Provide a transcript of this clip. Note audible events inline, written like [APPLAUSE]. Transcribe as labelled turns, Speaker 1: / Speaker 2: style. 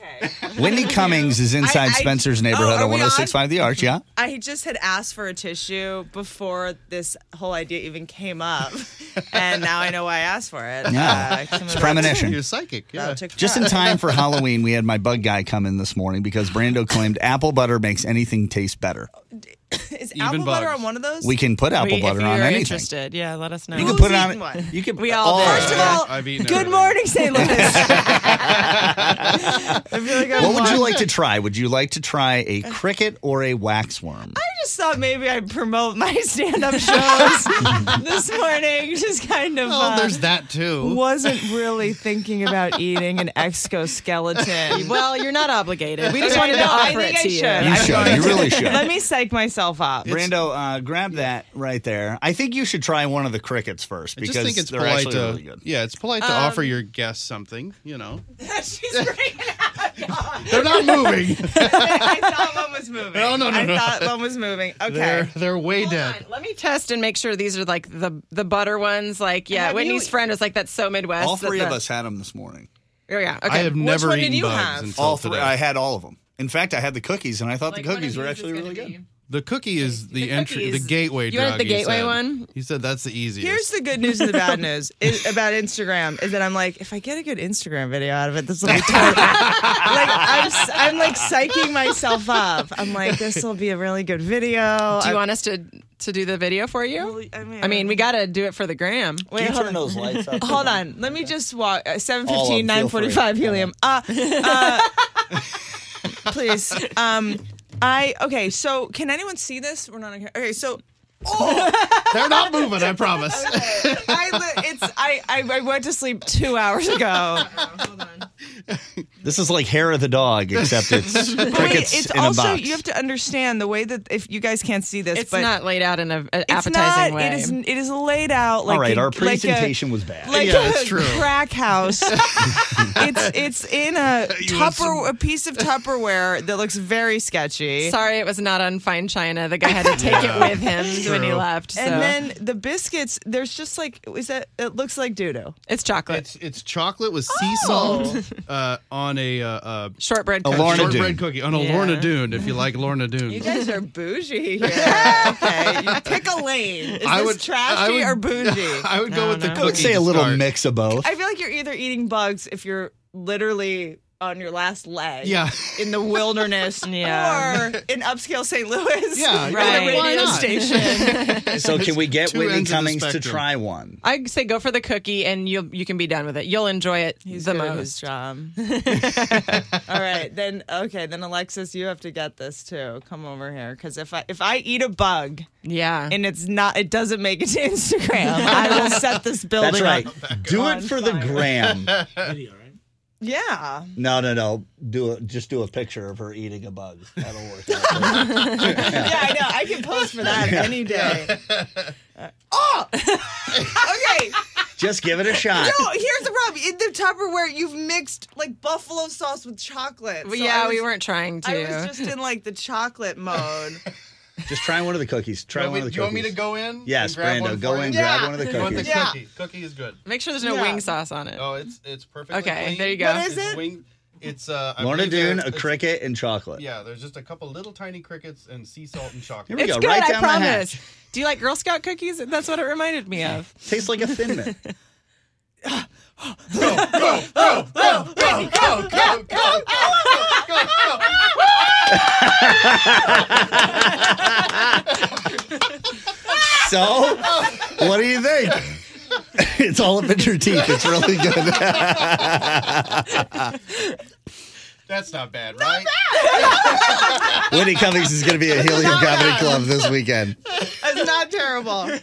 Speaker 1: okay.
Speaker 2: [LAUGHS] Wendy Cummings is inside
Speaker 1: I- I-
Speaker 2: Spencer's
Speaker 1: Oh,
Speaker 2: neighborhood
Speaker 1: are
Speaker 2: on
Speaker 1: we on?
Speaker 2: 1065 The Arch, yeah?
Speaker 1: I just had asked for a tissue before this whole idea even came up, and now I know why I asked for it.
Speaker 2: Yeah.
Speaker 1: Uh, I
Speaker 2: It's
Speaker 1: came
Speaker 2: premonition.
Speaker 3: You're psychic.
Speaker 1: about-
Speaker 3: Yeah.
Speaker 1: took
Speaker 2: Just in
Speaker 1: that.
Speaker 2: time [LAUGHS] for Halloween, we had my bug guy come in this morning because Brando claimed apple butter makes anything taste better.
Speaker 1: Is
Speaker 3: Even
Speaker 1: apple butter
Speaker 3: bugs.
Speaker 1: on one of those?
Speaker 2: We can put apple
Speaker 4: We-
Speaker 2: butter
Speaker 4: if
Speaker 2: on
Speaker 4: you're
Speaker 2: anything.
Speaker 4: interested, yeah, let us know.
Speaker 2: You can
Speaker 1: Who's
Speaker 2: put it on.
Speaker 1: eaten one?
Speaker 2: You can.
Speaker 4: We all did.
Speaker 1: First of
Speaker 4: Yeah.
Speaker 1: all,
Speaker 3: I've eaten
Speaker 1: good
Speaker 3: everything.
Speaker 1: morning, St.
Speaker 2: [LAUGHS]
Speaker 1: Louis. I feel like I'm
Speaker 2: What would you
Speaker 1: lying.
Speaker 2: like to try? Would you like to try a cricket or a waxworm?
Speaker 1: I just thought maybe I'd promote my stand-up
Speaker 2: [LAUGHS]
Speaker 1: shows this morning. Just kind of.
Speaker 3: Oh,
Speaker 1: uh,
Speaker 3: there's that too.
Speaker 1: wasn't really thinking about eating an exoskeleton.
Speaker 4: [LAUGHS] well, you're not obligated. We just
Speaker 1: Okay,
Speaker 4: wanted to
Speaker 1: no, I
Speaker 4: offer
Speaker 1: think
Speaker 4: it
Speaker 1: I
Speaker 4: to
Speaker 1: should.
Speaker 4: [LAUGHS]
Speaker 2: You
Speaker 1: I'm
Speaker 2: should.
Speaker 1: going
Speaker 2: You
Speaker 1: to.
Speaker 2: [LAUGHS] really should.
Speaker 1: Let me psych myself up.
Speaker 2: Brando, uh, grab that right there. I think you should try one of the crickets first
Speaker 3: I just
Speaker 2: because
Speaker 3: think it's
Speaker 2: they're
Speaker 3: polite
Speaker 2: actually
Speaker 3: to,
Speaker 2: really good.
Speaker 3: yeah, it's polite to offer your guests something. You know,
Speaker 1: She's freaking out.
Speaker 3: they're not moving.
Speaker 1: I thought one was moving.
Speaker 3: No, no, no,
Speaker 1: I
Speaker 3: no.
Speaker 1: thought one was moving. Okay.
Speaker 3: [LAUGHS] they're they're way dead.
Speaker 4: Let me test and make sure these are like the the butter ones. Like, yeah,
Speaker 1: Have
Speaker 4: Whitney's
Speaker 1: you-
Speaker 4: friend was like, "That's so Midwest."
Speaker 2: All
Speaker 4: that
Speaker 2: three of
Speaker 4: the-
Speaker 2: us had them this morning.
Speaker 4: Oh yeah. Okay.
Speaker 3: I have never
Speaker 1: one did
Speaker 3: eaten
Speaker 1: you
Speaker 3: bugs
Speaker 1: have?
Speaker 3: until
Speaker 2: All three.
Speaker 3: today.
Speaker 2: I had all of them. In fact, I had the cookies, and I thought the
Speaker 4: one of
Speaker 2: cookies were
Speaker 4: these is
Speaker 2: actually
Speaker 4: gonna
Speaker 2: really good.
Speaker 4: be-
Speaker 3: the cookie is the, entry, the
Speaker 4: cookies.
Speaker 3: gateway.
Speaker 4: You wanted
Speaker 3: drug,
Speaker 4: the
Speaker 3: he
Speaker 4: gateway
Speaker 3: said.
Speaker 4: one?
Speaker 3: He said that's the easiest.
Speaker 1: Here's the good news and the bad news is, about Instagram is that I'm like, if I get a good Instagram video out of it, this will be totally. like I'm, s- I'm like psyching myself up. I'm like, this will be a really good video.
Speaker 4: Do you want us to to do the video for you?
Speaker 1: I mean,
Speaker 4: I mean, we got to do it for the gram.
Speaker 1: Wait, [LAUGHS] hold on.
Speaker 2: those lights up?
Speaker 1: Hold on. Let me just walk. Uh, 715,
Speaker 2: All of them, feel
Speaker 1: 945
Speaker 2: free.
Speaker 1: helium. Uh, uh, [LAUGHS] please. Um, I, okay, so can anyone see this? We're not on here. Okay, so
Speaker 3: They're not moving. I promise.
Speaker 1: I, li- it's, I, I, I went to sleep two hours
Speaker 3: [LAUGHS]
Speaker 1: ago.
Speaker 2: This is like hair of
Speaker 1: [LAUGHS]
Speaker 2: the dog, except it's crickets
Speaker 1: Wait, it's
Speaker 2: in
Speaker 1: also,
Speaker 2: a box.
Speaker 1: you have to understand the way that, if you guys can't see this,
Speaker 4: It's
Speaker 1: but
Speaker 4: not laid out in a, an
Speaker 1: it's not,
Speaker 4: appetizing way.
Speaker 1: It is, it is laid out like
Speaker 2: all right,
Speaker 1: a-
Speaker 2: our
Speaker 1: like a-
Speaker 2: presentation was bad.
Speaker 1: like
Speaker 3: Yeah, it's
Speaker 1: a
Speaker 3: true.
Speaker 1: crack
Speaker 3: [LAUGHS]
Speaker 1: house. it's it's in a
Speaker 3: You want
Speaker 1: Tupper
Speaker 3: some-
Speaker 1: a piece of Tupperware that looks very sketchy.
Speaker 4: Sorry, it was not on fine china. The guy had to take
Speaker 3: Yeah,
Speaker 4: it with him when he
Speaker 3: true.
Speaker 4: left. So
Speaker 1: And then the biscuits, there's just like is that it looks like doo doo.
Speaker 4: it's chocolate
Speaker 3: It's it's chocolate with sea salt uh, on a uh, uh,
Speaker 4: shortbread.
Speaker 2: A
Speaker 4: cookie.
Speaker 2: Lorna Doone.
Speaker 3: shortbread cookie on a
Speaker 4: Yeah.
Speaker 3: Lorna Doone. If you like Lorna Doone,
Speaker 1: guys are bougie here. [LAUGHS] okay, you pick a lane. Is
Speaker 3: I
Speaker 1: this
Speaker 3: would I
Speaker 1: trashy
Speaker 3: would-
Speaker 1: or bougie?
Speaker 3: [LAUGHS] I would go
Speaker 4: No,
Speaker 3: with the
Speaker 4: no.
Speaker 3: cookie.
Speaker 2: I would say a
Speaker 3: to
Speaker 2: little
Speaker 3: start.
Speaker 2: mix of
Speaker 1: [LAUGHS]
Speaker 2: both.
Speaker 1: I feel like you're either eating bugs if you're literally on your last leg.
Speaker 3: Yeah.
Speaker 1: In the wilderness,
Speaker 4: Yeah.
Speaker 1: or in upscale St. Louis, [LAUGHS]
Speaker 3: Yeah,
Speaker 1: at
Speaker 4: right.
Speaker 1: a radio
Speaker 4: Why
Speaker 3: not?
Speaker 1: station.
Speaker 2: so can we get
Speaker 3: Two
Speaker 2: Whitney
Speaker 3: ends of the
Speaker 2: Cummings to
Speaker 3: spectrum.
Speaker 2: try one?
Speaker 4: I say go for the cookie, and you will you can be done with it. You'll enjoy it the
Speaker 1: good at
Speaker 4: most.
Speaker 1: his job. [LAUGHS] All right, then okay, then Alexis, you have to get this too. Come over here, because if I if I eat a bug
Speaker 4: Yeah.
Speaker 1: and it's not, it doesn't make it to [LAUGHS] Instagram, I will set this building.
Speaker 2: That's right.
Speaker 1: up.
Speaker 2: Do it for the
Speaker 1: [LAUGHS]
Speaker 2: gram.
Speaker 1: Yeah.
Speaker 2: No, no, no. Do a, just do a picture of her eating a bug. That'll work.
Speaker 1: [LAUGHS]
Speaker 2: Out.
Speaker 1: Yeah, I know. I can post for that any day. Uh, oh, [LAUGHS] okay.
Speaker 2: just give it a
Speaker 4: [LAUGHS]
Speaker 2: shot.
Speaker 1: No, here's the problem. In the Tupperware, you've mixed like buffalo sauce with chocolate.
Speaker 4: Well,
Speaker 1: So
Speaker 4: yeah,
Speaker 1: I was-
Speaker 4: we weren't trying to.
Speaker 1: I was just in like the
Speaker 4: [LAUGHS]
Speaker 1: chocolate mode.
Speaker 2: Just try one of the cookies. Try
Speaker 3: You
Speaker 2: one
Speaker 3: want,
Speaker 2: of
Speaker 3: me,
Speaker 2: the
Speaker 3: you want me
Speaker 2: cookies.
Speaker 3: to go in?
Speaker 2: Yes,
Speaker 3: and grab
Speaker 2: Brando,
Speaker 3: one
Speaker 2: go
Speaker 3: for
Speaker 2: in,
Speaker 3: you?
Speaker 2: grab
Speaker 1: Yeah.
Speaker 2: one of the
Speaker 3: You want the
Speaker 2: cookies.
Speaker 1: Yeah.
Speaker 3: cookie? Cookie is good.
Speaker 4: Make sure there's no
Speaker 1: Yeah.
Speaker 4: wing sauce on it.
Speaker 3: Oh, it's it's perfectly
Speaker 4: Okay,
Speaker 3: clean.
Speaker 4: there you go. What
Speaker 1: is
Speaker 3: it's
Speaker 1: it?
Speaker 3: Wing, it's uh, I
Speaker 2: Lorna
Speaker 3: believe there-
Speaker 2: Doone, a
Speaker 3: it's-
Speaker 2: cricket, and chocolate.
Speaker 3: Yeah, there's just a couple little tiny crickets and sea salt
Speaker 2: Here
Speaker 3: and chocolate.
Speaker 2: we
Speaker 4: it's
Speaker 2: go.
Speaker 4: good,
Speaker 2: right
Speaker 4: I
Speaker 2: down the
Speaker 4: promise.
Speaker 2: hatch.
Speaker 4: Do you like Girl Scout cookies? That's what it reminded me of.
Speaker 2: Tastes like a thin
Speaker 3: [LAUGHS]
Speaker 2: mint.
Speaker 3: go, go, go, go, go, go, go, go, go.
Speaker 2: so, what do you think? [LAUGHS] it's all up in your teeth. It's really good. [LAUGHS]
Speaker 3: That's not bad, right?
Speaker 2: Whitney Cummings is going to be at Helium Comedy Club this weekend.
Speaker 1: It's not terrible.